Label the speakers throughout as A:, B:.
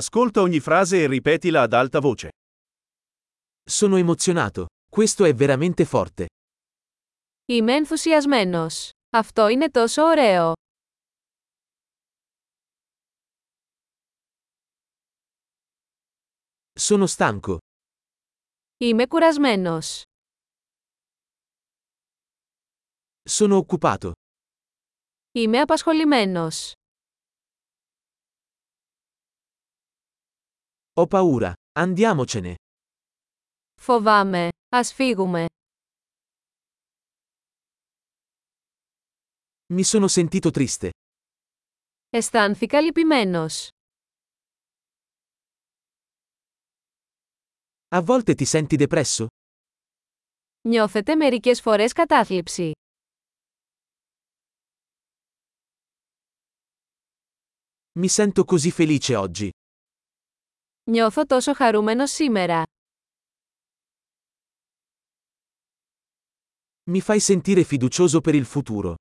A: Ascolta ogni frase e ripetila ad alta voce.
B: Sono emozionato. Questo è veramente forte.
C: Είμαι ενθουσιασμένος. Αυτό είναι τόσο ωραίο.
B: Sono stanco.
C: Είμαι κουρασμένος.
B: Sono occupato.
C: Είμαι απασχολημένος.
B: Ho paura. Andiamocene.
C: Φοβάμαι. Ας φύγουμε.
B: Mi sono sentito triste.
C: Αισθάνθηκα λυπημένος.
B: A volte ti senti depresso?
C: Νιώθετε μερικές φορές κατάθλιψη.
B: Mi sento così felice oggi.
C: Νιώθω τόσο χαρούμενος σήμερα.
B: Mi fai sentire fiducioso per il futuro.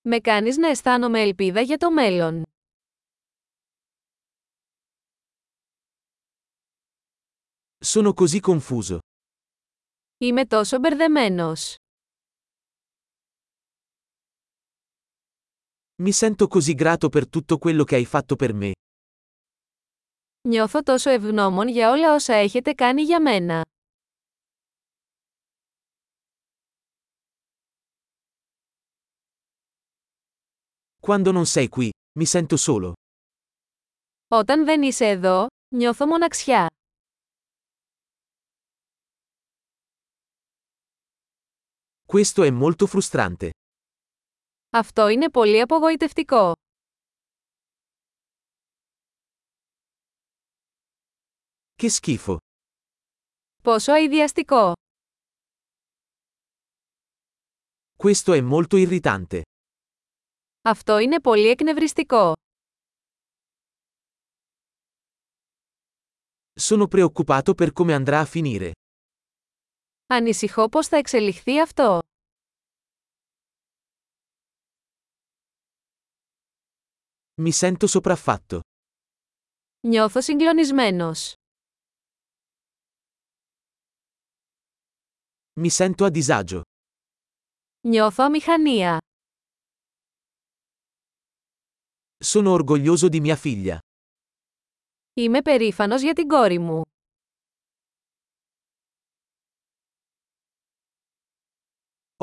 C: Με κάνεις να αισθάνομαι ελπίδα για το μέλλον.
B: Sono così confuso.
C: Είμαι τόσο μπερδεμένος.
B: Mi sento così grato per tutto quello che hai fatto per me.
C: Νιώθω τόσο ευγνώμων για όλα όσα έχετε κάνει για μένα.
B: Quando non sei qui, mi sento solo.
C: Όταν δεν είσαι εδώ, νιώθω μοναξιά.
B: Questo è molto frustrante.
C: Αυτό είναι πολύ απογοητευτικό.
B: Che schifo.
C: Πόσο αειδιαστικό.
B: Questo è molto irritante.
C: Αυτό είναι πολύ εκνευριστικό.
B: Sono preoccupato per come andrà a finire.
C: Ανησυχώ πώς θα εξελιχθεί αυτό.
B: Mi sento sopraffatto.
C: Νιώθω συγκλονισμένος.
B: Mi sento a disagio.
C: Νιώθω αμηχανία.
B: Sono orgoglioso di mia figlia.
C: Είμαι περήφανος για την κόρη μου.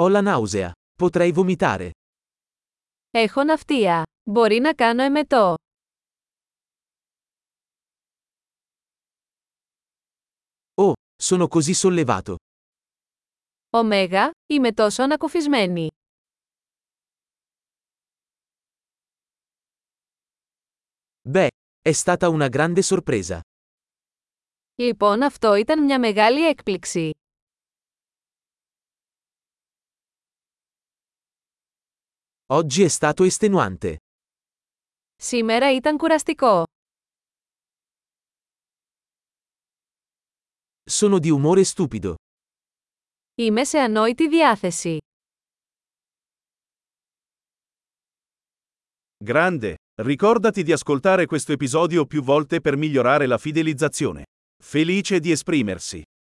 B: Ho la nausea. Potrei vomitare.
C: Έχω ναυτία. Μπορεί να κάνω εμετό.
B: Oh, sono così sollevato.
C: Ωμέγα, είμαι τόσο ανακουφισμένη.
B: Beh, è stata una grande sorpresa.
C: Λοιπόν αυτό ήταν μια μεγάλη έκπληξη.
B: Oggi è stato estenuante.
C: Σήμερα ήταν κουραστικό.
B: Sono di umore stupido.
C: Είμαι σε ανόητη διάθεση.
A: Grande. Ricordati di ascoltare questo episodio più volte per migliorare la fidelizzazione. Felice di esprimersi.